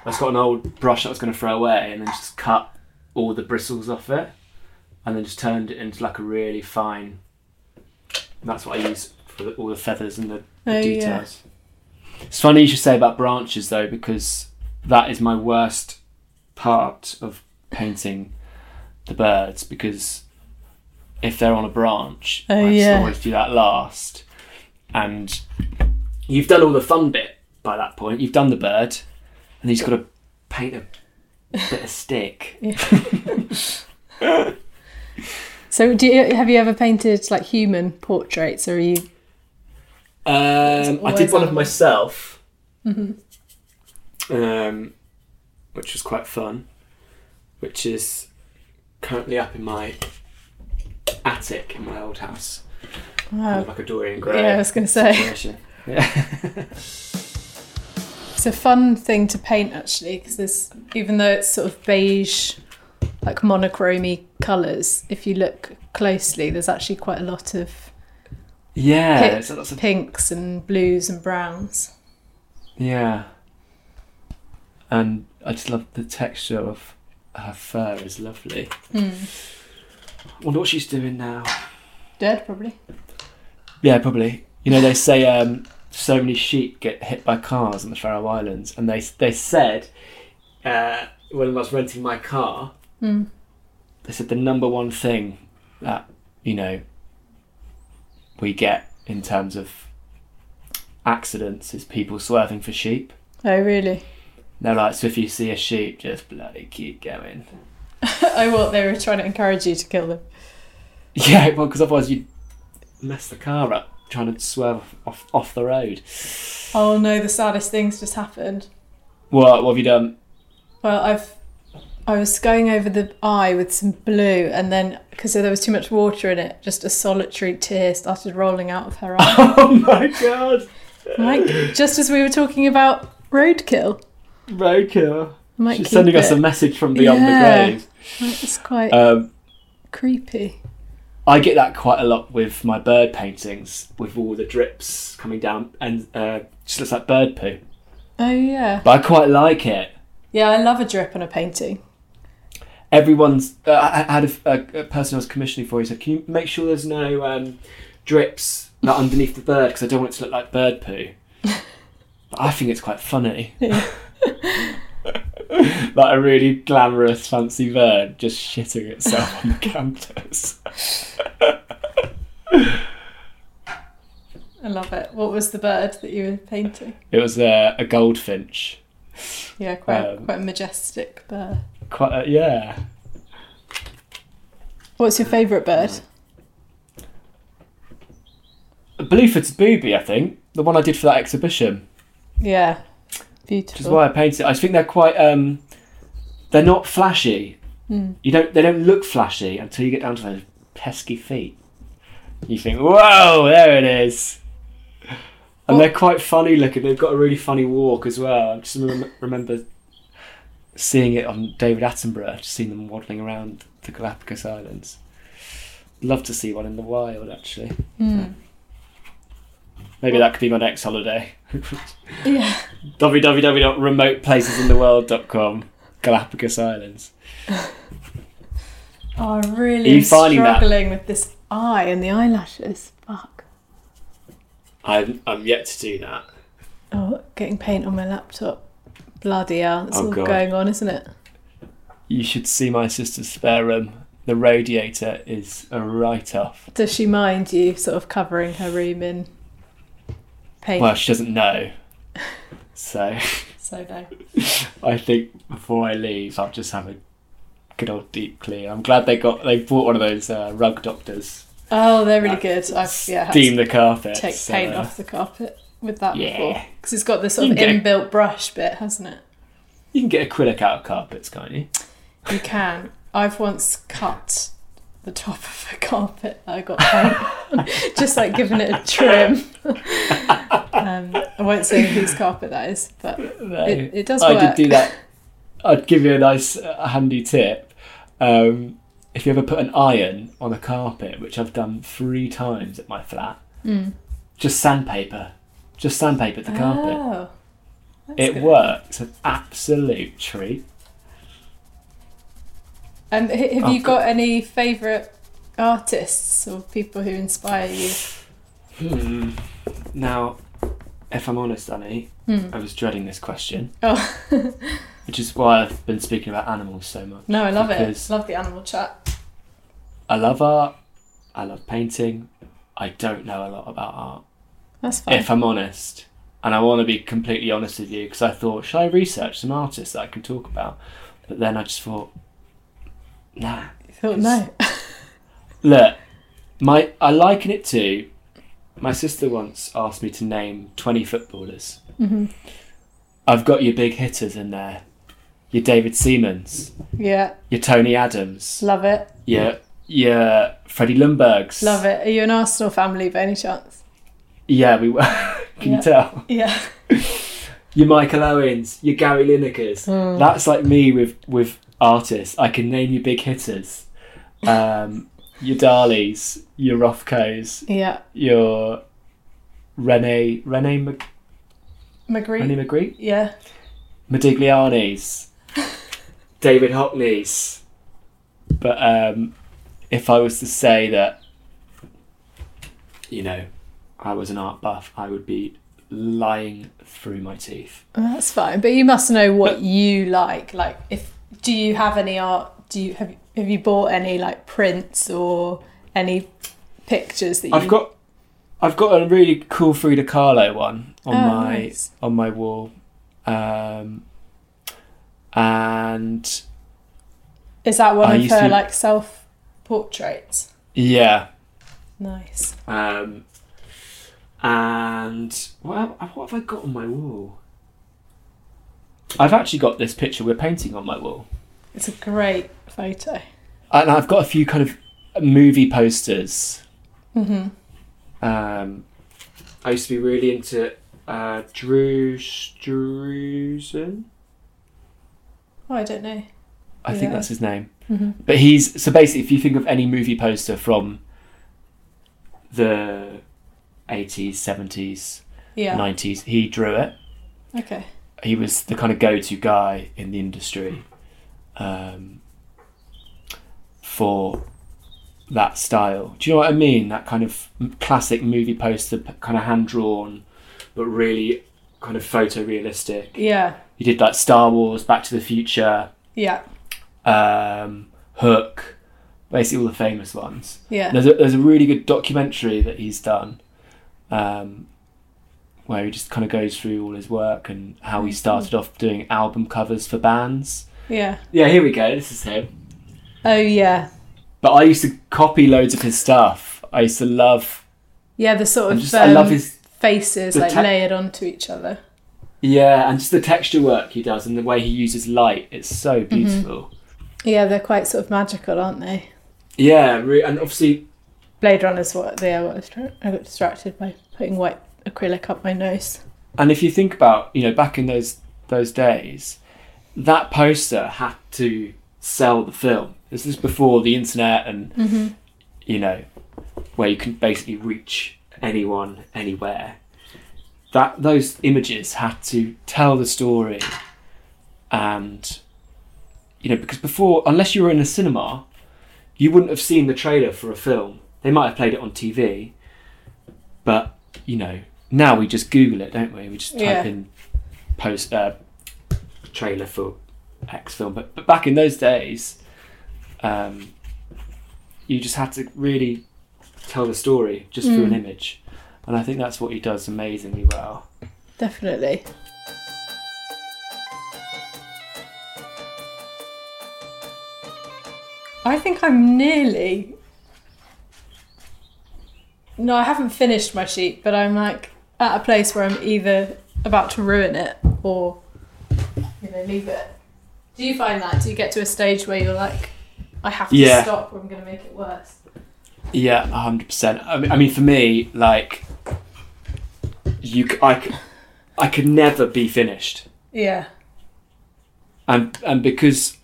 S2: I just got an old brush that I was going to throw away, and then just cut all the bristles off it, and then just turned it into like a really fine. and that's what I use for the, all the feathers and the, the
S1: Oh, yeah.
S2: details. It's funny you should say about branches though, because that is my worst part of painting the birds because if they're on a branch,
S1: Oh,
S2: I just
S1: yeah.
S2: always do that last. And you've done all the fun bit by that point. You've done the bird, and you've got to paint a bit of stick.
S1: So do you, have you ever painted like human portraits or are you
S2: Um, I did
S1: always
S2: one of
S1: animals.
S2: myself,
S1: Mm-hmm.
S2: um, which was quite fun, which is currently up in my attic in my old house. Kind of like a Dorian Gray.
S1: Yeah, I was gonna say.
S2: situation. Yeah.
S1: It's a fun thing to paint actually because there's even though it's sort of beige, like monochromy colours. If you look closely, there's actually quite a lot of
S2: yeah,
S1: pi-
S2: there's lots of-
S1: pinks and blues and browns.
S2: yeah. And I just love the texture of her fur is lovely.
S1: Hmm.
S2: Wonder what she's doing now.
S1: Dead probably.
S2: Yeah, probably. You know, they say um, so many sheep get hit by cars on the Faroe Islands, and they they said uh, when I was renting my car, they said the number one thing that you know we get in terms of accidents is people swerving for sheep.
S1: Oh really?
S2: They're like, so if you see a sheep, just bloody keep going.
S1: oh what they were trying to encourage you to kill them.
S2: Yeah, well, because otherwise you'd mess the car up trying to swerve off off the road.
S1: Oh no, the saddest things just happened.
S2: What what have you done?
S1: Well, I've I was going over the eye with some blue, and then because there was too much water in it, just a solitary tear started rolling out of her eye.
S2: Oh my god!
S1: Like just as we were talking about roadkill,
S2: Roadkill.
S1: I might
S2: She's
S1: keep
S2: sending us
S1: it.
S2: a message from beyond
S1: Yeah.
S2: the grave.
S1: Like, it's quite
S2: Um,
S1: creepy.
S2: I get that quite a lot with my bird paintings, with all the drips coming down, and uh, just looks like bird poo.
S1: Oh yeah,
S2: But I quite like it.
S1: yeah. I love a drip on a painting.
S2: Everyone's. Uh, I I had a, a- a person I was commissioning for. He said, "Can you make sure there's no um, drips like, underneath the bird because I don't want it to look like bird poo." but I think it's quite funny. like a really glamorous, fancy bird just shitting itself on the canvas.
S1: I love it. What was the bird that you were painting?
S2: It was uh, a goldfinch.
S1: Yeah, quite
S2: Um,
S1: quite a majestic bird.
S2: Quite a, yeah.
S1: What's your favourite bird?
S2: Mm. Blueford's booby, I think, the one I did for that exhibition,
S1: Yeah,
S2: which is
S1: beautiful.
S2: why I painted it. I think they're quite. Um, they're not flashy. You don't. They don't look flashy until you get down to those pesky feet. You think, whoa, there it is. And they're quite funny looking. They've got a really funny walk as well. I just remember, remember seeing it on David Attenborough, just seeing them waddling around the Galapagos Islands. Love to see one in the wild, actually. Maybe that could be my next holiday.
S1: Yeah.
S2: www.remoteplacesintheworld.com Galapagos Islands.
S1: Oh, I really
S2: Are you
S1: am
S2: finding that-
S1: struggling with this eye and the eyelashes. Fuck.
S2: I'm, I'm yet to do that.
S1: Oh, getting paint on my laptop. Bloody hell, it's
S2: Oh,
S1: all
S2: God.
S1: going on, isn't it?
S2: You should see my sister's spare room. The radiator is a write off.
S1: Does she mind you sort of covering her room in paint?
S2: Well, she doesn't know. So
S1: so no.
S2: I think before I leave, I'll just have a good old deep clean. I'm glad they got they bought one of those uh, rug doctors
S1: Oh, they're really good. I've yeah, had
S2: Steam
S1: to
S2: the carpet.
S1: take
S2: so- uh,
S1: paint off the carpet with that
S2: Yeah.
S1: before because it's got this sort of
S2: You can
S1: inbuilt brush bit, hasn't it?
S2: You can get acrylic out of carpets, can't you?
S1: You can. I've once cut the top of a carpet that I got paint on, just like giving it a trim. um, I won't say whose carpet that is, but it, it does
S2: I
S1: work.
S2: did do that. I'd give you a nice, uh, handy tip. Um, if you ever put an iron on a carpet, which I've done three times at my flat,
S1: Hmm.
S2: just sandpaper. Just sandpaper the carpet.
S1: Oh, that's
S2: It
S1: good.
S2: works. An absolute treat.
S1: And h- have you
S2: Oh.
S1: got any favourite artists or people who inspire you?
S2: Hmm. Now, if I'm honest, Annie,
S1: Hmm.
S2: I was dreading this question,
S1: Oh,
S2: which is why I've been speaking about animals so much.
S1: no, I love
S2: because
S1: it. Love the animal chat.
S2: I love art. I love painting. I don't know a lot about art,
S1: That's fine.
S2: if I'm honest. And I want to be completely honest with you because I thought, should I research some artists that I can talk about? But then I just thought, nah.
S1: Oh, no.
S2: Look, my I liken it to my sister once asked me to name twenty footballers. Mm-hmm. I've got your big hitters in there. Your David Seamans,
S1: yeah,
S2: your Tony Adams,
S1: love it.
S2: your your Freddie Lundbergs.
S1: Love it. Are you an Arsenal family by any chance?
S2: Yeah, we were. Can
S1: Yeah.
S2: you tell?
S1: Yeah.
S2: Your Michael Owens, your Gary Linekers. That's like me with with artists. I can name your big hitters. Um, your Darlies, your Rothkos,
S1: Yeah.
S2: your Rene Rene Mag-
S1: McGree.
S2: Rene Magritte,
S1: yeah.
S2: Medigliani's, David Hockney's. But um, if I was to say that, you know, I was an art buff, I would be lying through my teeth.
S1: Well, That's fine. But you must know what you like. Like if do you have any art do you have have you bought any like prints or any pictures that you
S2: I've got, I've got a really cool Frida Kahlo one on
S1: Oh,
S2: my
S1: nice.
S2: on my wall, um, and
S1: Is that one
S2: I
S1: of
S2: used
S1: her
S2: to-
S1: like self portraits?
S2: yeah,
S1: Nice.
S2: Um, and what have, what have I got on my wall? I've actually got this picture we're painting on my wall,
S1: It's a great photo.
S2: and I've got a few kind of movie posters. Mm-hmm. Um, I used to be really into uh, Drew Struzan.
S1: Oh, I don't know.
S2: I think
S1: Yeah. Mm-hmm.
S2: that's his name. But he's so basically, if you think of any movie poster from the eighties, seventies,
S1: Yeah.
S2: nineties, he drew it.
S1: Okay.
S2: he was the kind of go-to guy in the industry um, for that style. Do you know what I mean? That kind of m- classic movie poster, p- kind of hand-drawn, but really kind of photorealistic.
S1: Yeah.
S2: He did like Star Wars, Back to the Future,
S1: Yeah.
S2: um, Hook, basically all the famous ones.
S1: Yeah.
S2: There's a, there's a really good documentary that he's done, um, where he just kind of goes through all his work and how
S1: Mm-hmm.
S2: he started off doing album covers for bands.
S1: Yeah.
S2: Yeah, here we go. This is him.
S1: Oh yeah.
S2: But I used to copy loads of his stuff. I used to love.
S1: Yeah, the sort
S2: I
S1: of
S2: just I love
S1: um,
S2: his
S1: faces
S2: the
S1: like
S2: ta-
S1: layered onto each other.
S2: yeah, and just the texture work he does and the way he uses light. It's so
S1: Mm-hmm.
S2: beautiful.
S1: Yeah, they're quite sort of magical, aren't they?
S2: Yeah, re- and obviously
S1: Blade Runner's what they are. What I, was trying- I got distracted by putting white acrylic up my nose.
S2: And if you think about, you know, back in those those days, that poster had to sell the film. This is before the internet and you know, where you can basically reach anyone anywhere. That those images had to tell the story and you know, because before unless you were in a cinema, you wouldn't have seen the trailer for a film. They might have played it on TV, but you know, now we just Google it, don't we? We just type
S1: Yeah.
S2: in post uh, trailer for X film. But but back in those days, um, you just had to really tell the story just through an image, and I think that's what he does amazingly well.
S1: Definitely. I think I'm nearly No, I haven't finished my sheet, but I'm like at a place where I'm either about to ruin it or you know leave it. Do you find that? Do you get to a stage where you're like, I have to
S2: Yeah.
S1: stop, or I'm going to make it worse?
S2: Yeah, hundred percent. I mean, I mean, for me, like, you, c- I, c- I could never be finished,
S1: Yeah.
S2: and and because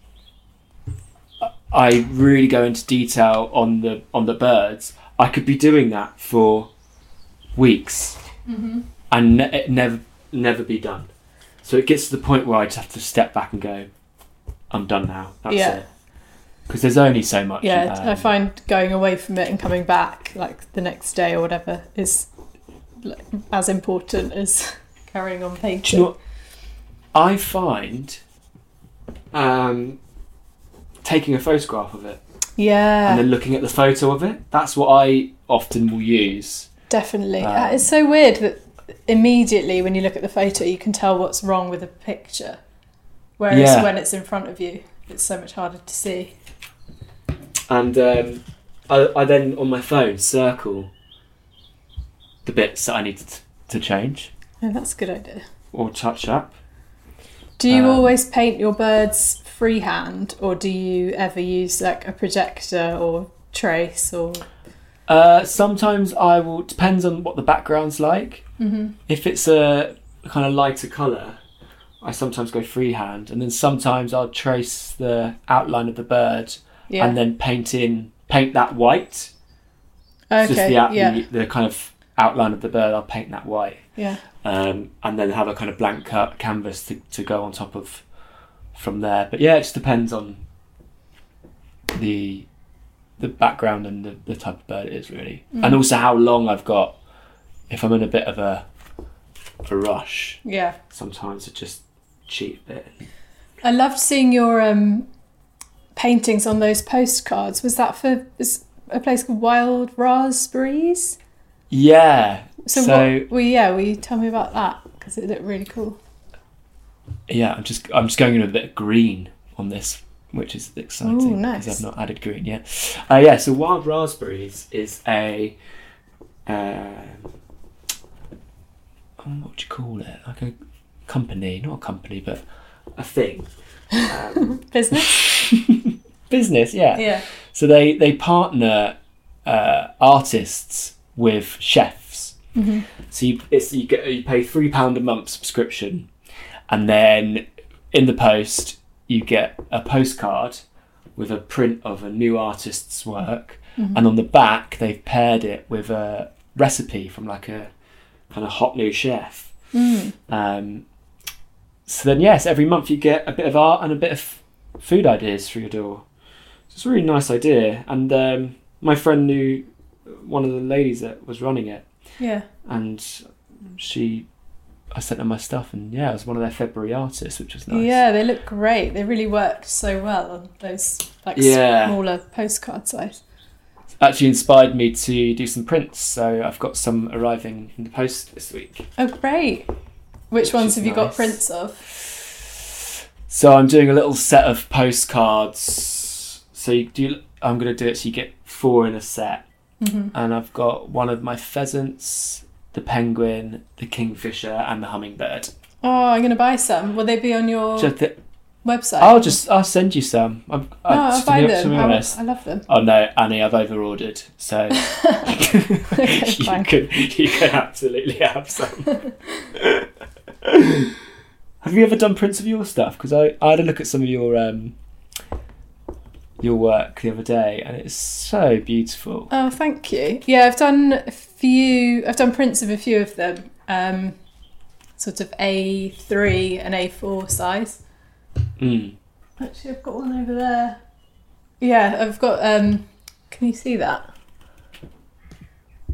S2: I really go into detail on the on the birds, I could be doing that for weeks
S1: Mm-hmm.
S2: and ne- it never never be done. So it gets to the point where I just have to step back and go, I'm done now. That's
S1: Yeah.
S2: it. Because there's only so much.
S1: Yeah,
S2: um,
S1: I find going away from it and coming back, like the next day or whatever, is like, as important as carrying on
S2: Do
S1: painting.
S2: you know what? I find um, taking a photograph of it
S1: yeah,
S2: and then looking at the photo of it. That's what I often will use.
S1: definitely. Uh, it's so weird that immediately when you look at the photo, you can tell what's wrong with a picture, whereas
S2: Yeah.
S1: when it's in front of you, it's so much harder to see.
S2: And um, I, I then on my phone circle the bits that I need to, to change
S1: Oh, that's a good idea.
S2: or touch up.
S1: Do you
S2: Um,
S1: always paint your birds freehand, or do you ever use like a projector or trace or
S2: Uh, sometimes I will depends on what the background's like.
S1: Mm-hmm.
S2: If it's a kind of lighter colour, I sometimes go freehand, and then sometimes I'll trace the outline of the bird
S1: yeah?
S2: and then paint in paint that white.
S1: okay,
S2: Just the, out-
S1: yeah,
S2: the the kind of outline of the bird, I'll paint that white,
S1: yeah.
S2: um, and then have a kind of blank cut canvas to, to go on top of from there. But yeah, it just depends on the the background and the, the type of bird it is really, and also how long I've got. If I'm in a bit of a a rush,
S1: Yeah.
S2: sometimes I just cheat a bit.
S1: I loved seeing your um, paintings on those postcards. Was that for was a place called Wild Raspberries?
S2: Yeah.
S1: So,
S2: So,
S1: what, well, yeah, will you tell me about that? Because it looked really cool.
S2: yeah, I'm just I'm just going in with a bit of green on this, which is exciting
S1: Ooh,
S2: because
S1: nice.
S2: I've not added green yet. Uh, yeah, so wild raspberries is a um, um, what do you call it? Like a company, not a company, but a thing,
S1: Business?
S2: business. Yeah. So they they partner uh, artists with chefs. So you it's, you get you pay three pound a month subscription, and then in the post you get a postcard with a print of a new artist's work, and on the back they've paired it with a recipe from like a kind of hot new chef. Um, so then yes, every month you get a bit of art and a bit of food ideas through your door. So it's a really nice idea, and um, my friend knew one of the ladies that was running it,
S1: Yeah.
S2: and she, I sent her my stuff, and yeah, I was one of their February artists, which was nice.
S1: Yeah, they look great. They really worked so well on those like
S2: Yeah.
S1: smaller postcard size.
S2: actually inspired me to do some prints, so I've got some arriving in the post this week.
S1: Oh, great. Which,
S2: Which
S1: ones
S2: is
S1: have you got
S2: nice.
S1: prints of?
S2: So I'm doing a little set of postcards. So you do. I'm gonna do it. So you get four in a set, and I've got one of my pheasants, the penguin, the kingfisher, and the hummingbird.
S1: Oh, I'm going to buy some. Will they be on your
S2: Which I thi-
S1: website?
S2: I'll just I'll send you some. I'm,
S1: No, I'll
S2: just
S1: buy
S2: to be- to
S1: them.
S2: be
S1: I,
S2: honest.
S1: I love them.
S2: Oh no, Annie, I've over ordered, so you
S1: fine.
S2: can you can absolutely have some. have you ever done prints of your stuff? Because I, I had a look at some of your um your work the other day, and it's so beautiful.
S1: Oh, thank you. Yeah, I've done a few. I've done prints of a few of them, um, sort of A three and A four size.
S2: Mm.
S1: Actually, I've got one over there. Yeah, I've got. Um, can you see that?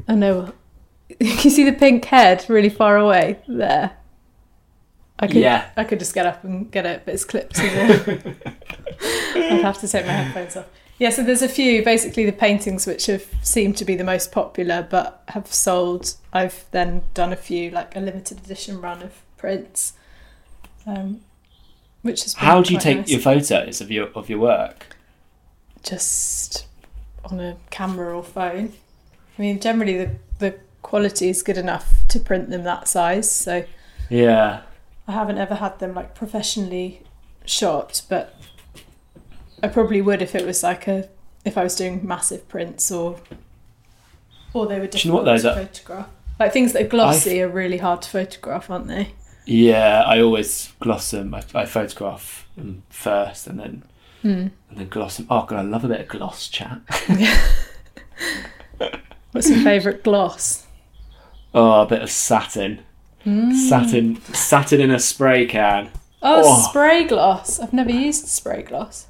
S1: I know. You can see the pink head really far away there. I could,
S2: Yeah.
S1: I could just get up and get it, but it's clipped to the. I'd have to take my headphones off. Yeah, so there's a few. Basically, the paintings which have seemed to be the most popular, but have sold. I've then done a few, like a limited edition run of prints, um, which is.
S2: How do you take
S1: nice.
S2: your photos of your of your work?
S1: just on a camera or phone. I mean, generally the, the quality is good enough to print them that size. So
S2: Yeah.
S1: I haven't ever had them like professionally shot, but I probably would if it was like a if I was doing massive prints or or they were difficult
S2: Do you know what those
S1: to
S2: are?
S1: photograph. Like things that are glossy are really hard to photograph, aren't they?
S2: Yeah, I always gloss them. I, I photograph them first and then
S1: Hmm.
S2: and then gloss them. Oh god, I love a bit of gloss chat.
S1: What's your favourite gloss?
S2: Oh, a bit of satin.
S1: Hmm.
S2: Satin satin in a spray can.
S1: Oh,
S2: Oh.
S1: spray gloss. I've never used spray gloss.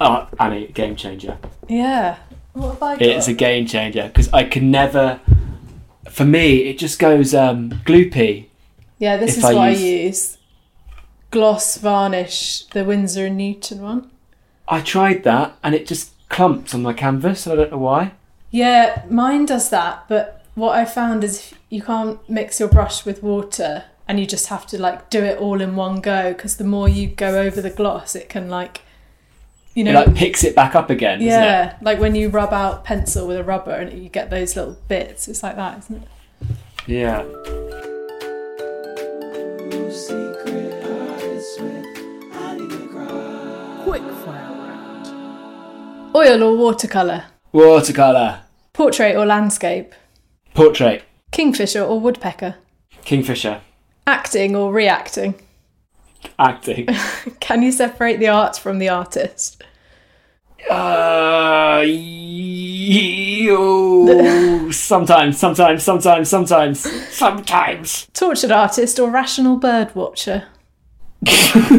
S2: Oh, Annie, game changer.
S1: Yeah. What have I got?
S2: It's a game changer because I can never. For me, it just goes um, gloopy.
S1: yeah, this
S2: if
S1: is
S2: I
S1: what I
S2: use-
S1: use. Gloss varnish, the Windsor and Newton one.
S2: I tried that and it just clumps on my canvas, and I don't know why.
S1: Yeah, mine does that, but what I found is if you can't mix your brush with water and you just have to like do it all in one go because the more you go over the gloss, it can like, you know,
S2: It like picks it back up again, doesn't it?
S1: yeah, like when you rub out pencil with a rubber and you get those little bits, it's like that, isn't it?
S2: Yeah.
S1: Oil or watercolour,
S2: Watercolour.
S1: portrait or landscape,
S2: Portrait.
S1: kingfisher or woodpecker,
S2: Kingfisher.
S1: acting or reacting.
S2: Acting.
S1: Can you separate the art from the artist?
S2: uh, y- oh, sometimes, sometimes, sometimes, sometimes, sometimes.
S1: Tortured artist or rational bird watcher,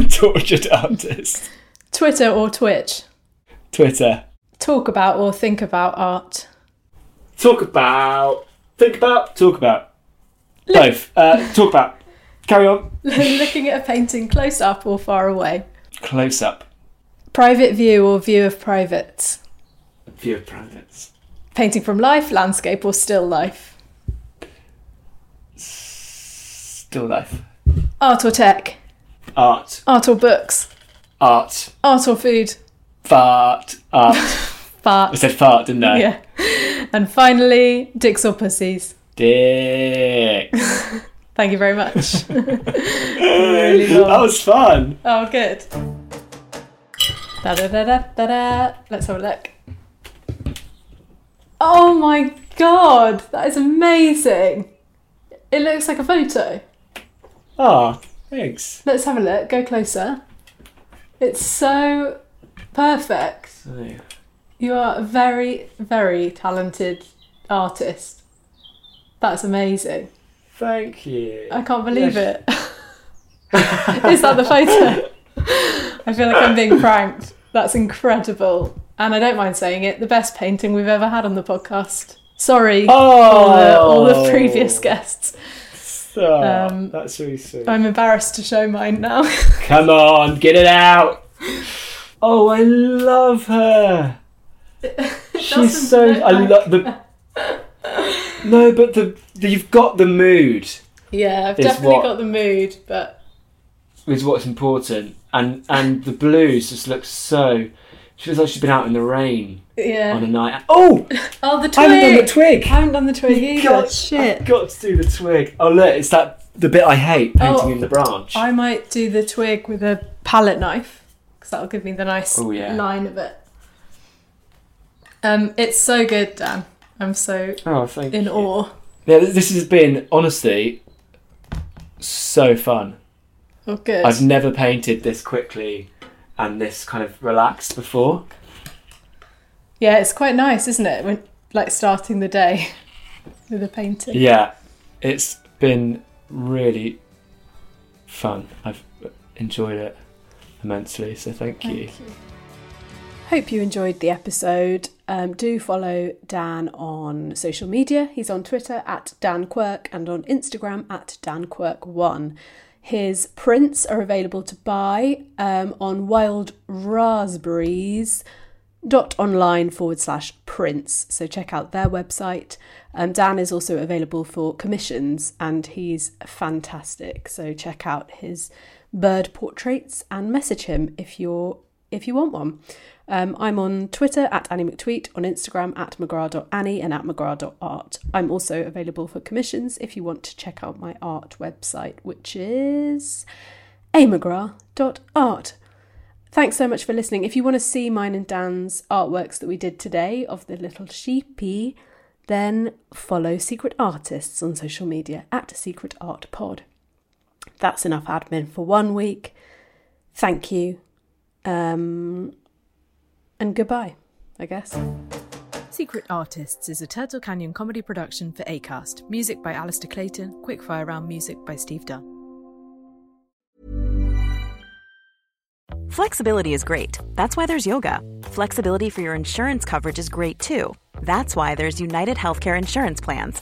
S2: Tortured artist.
S1: Twitter or Twitch.
S2: Twitter.
S1: talk about or think about art.
S2: Talk about. Think about. Talk about. Both. Uh, talk about. Carry on.
S1: Looking at a painting close up or far away.
S2: Close up.
S1: Private view or view of private.
S2: View of privates.
S1: Painting from life, landscape or still life.
S2: Still life.
S1: Art or tech.
S2: Art.
S1: Art or books.
S2: Art.
S1: Art or food.
S2: Fart. Art. I
S1: Fart.
S2: said fart, didn't I?
S1: Yeah. And finally, dicks or pussies.
S2: Dick.
S1: Thank you very much. really long.
S2: That was fun.
S1: Oh, good. Da da da da da da. Let's have a look. Oh my god, that is amazing. It looks like a photo.
S2: Ah, thanks.
S1: Let's have a look. Go closer. It's so perfect.
S2: Oh,
S1: You are a very, very talented artist. That's amazing.
S2: Thank you.
S1: I can't believe it. Is that the photo? I feel like I'm being pranked. That's incredible. And I don't mind saying it, the best painting we've ever had on the podcast. Sorry, all, the, all the previous guests.
S2: Oh,
S1: Um,
S2: that's really sweet.
S1: I'm embarrassed to show mine now.
S2: Come on, get it out. Oh, I love her. She's
S1: doesn't
S2: so.
S1: look
S2: I
S1: like
S2: love the. No, but the, the you've got the mood
S1: yeah, I've
S2: It's
S1: definitely
S2: what-
S1: got the mood, but
S2: is what's important, and and the blues just look so. She looks like she's been out in the rain
S1: yeah.
S2: on a night. Oh,
S1: Oh, the
S2: I
S1: twig!
S2: haven't done the twig.
S1: I haven't done the twig either.
S2: God, I've got to do the twig. Oh look, it's that the bit I hate painting
S1: Oh.
S2: in the branch.
S1: I might do the twig with a palette knife because that'll give me the nice
S2: Oh, yeah.
S1: line of it. Um, it's so good, Dan. I'm so
S2: oh, thank
S1: in
S2: you.
S1: awe.
S2: Yeah, th- this has been honestly so fun.
S1: Oh, good.
S2: I've never painted this quickly and this kind of relaxed before.
S1: yeah, it's quite nice, isn't it? When like starting the day with a painting.
S2: Yeah, it's been really fun. I've enjoyed it immensely, so thank, you.
S1: Hope you enjoyed the episode. Um, do follow Dan on social media. He's on Twitter at Dan Quirk and on Instagram at Dan Quirk1. His prints are available to buy um, on Wild Raspberries dot online forward slash prints so check out their website um, dan is also available for commissions and he's fantastic so check out his bird portraits and message him if you're if you want one Um, I'm on Twitter at Annie McTweet, on Instagram at McGrath.Annie and at McGrath.art. I'm also available for commissions if you want to check out my art website, which is amcgrath.art. Thanks so much for listening. If you want to see mine and Dan's artworks that we did today of the little sheepy, then follow Secret Artists on social media at Secret Art Pod. That's enough admin for one week. Thank you. Um, and goodbye, I guess.
S4: Secret Artists is a Turtle Canyon comedy production for ACAST. Music by Alistair Clayton, Quickfire Round music by Steve Dunn.
S5: Flexibility is great. That's why there's yoga. Flexibility for your insurance coverage is great too. That's why there's United Healthcare Insurance Plans.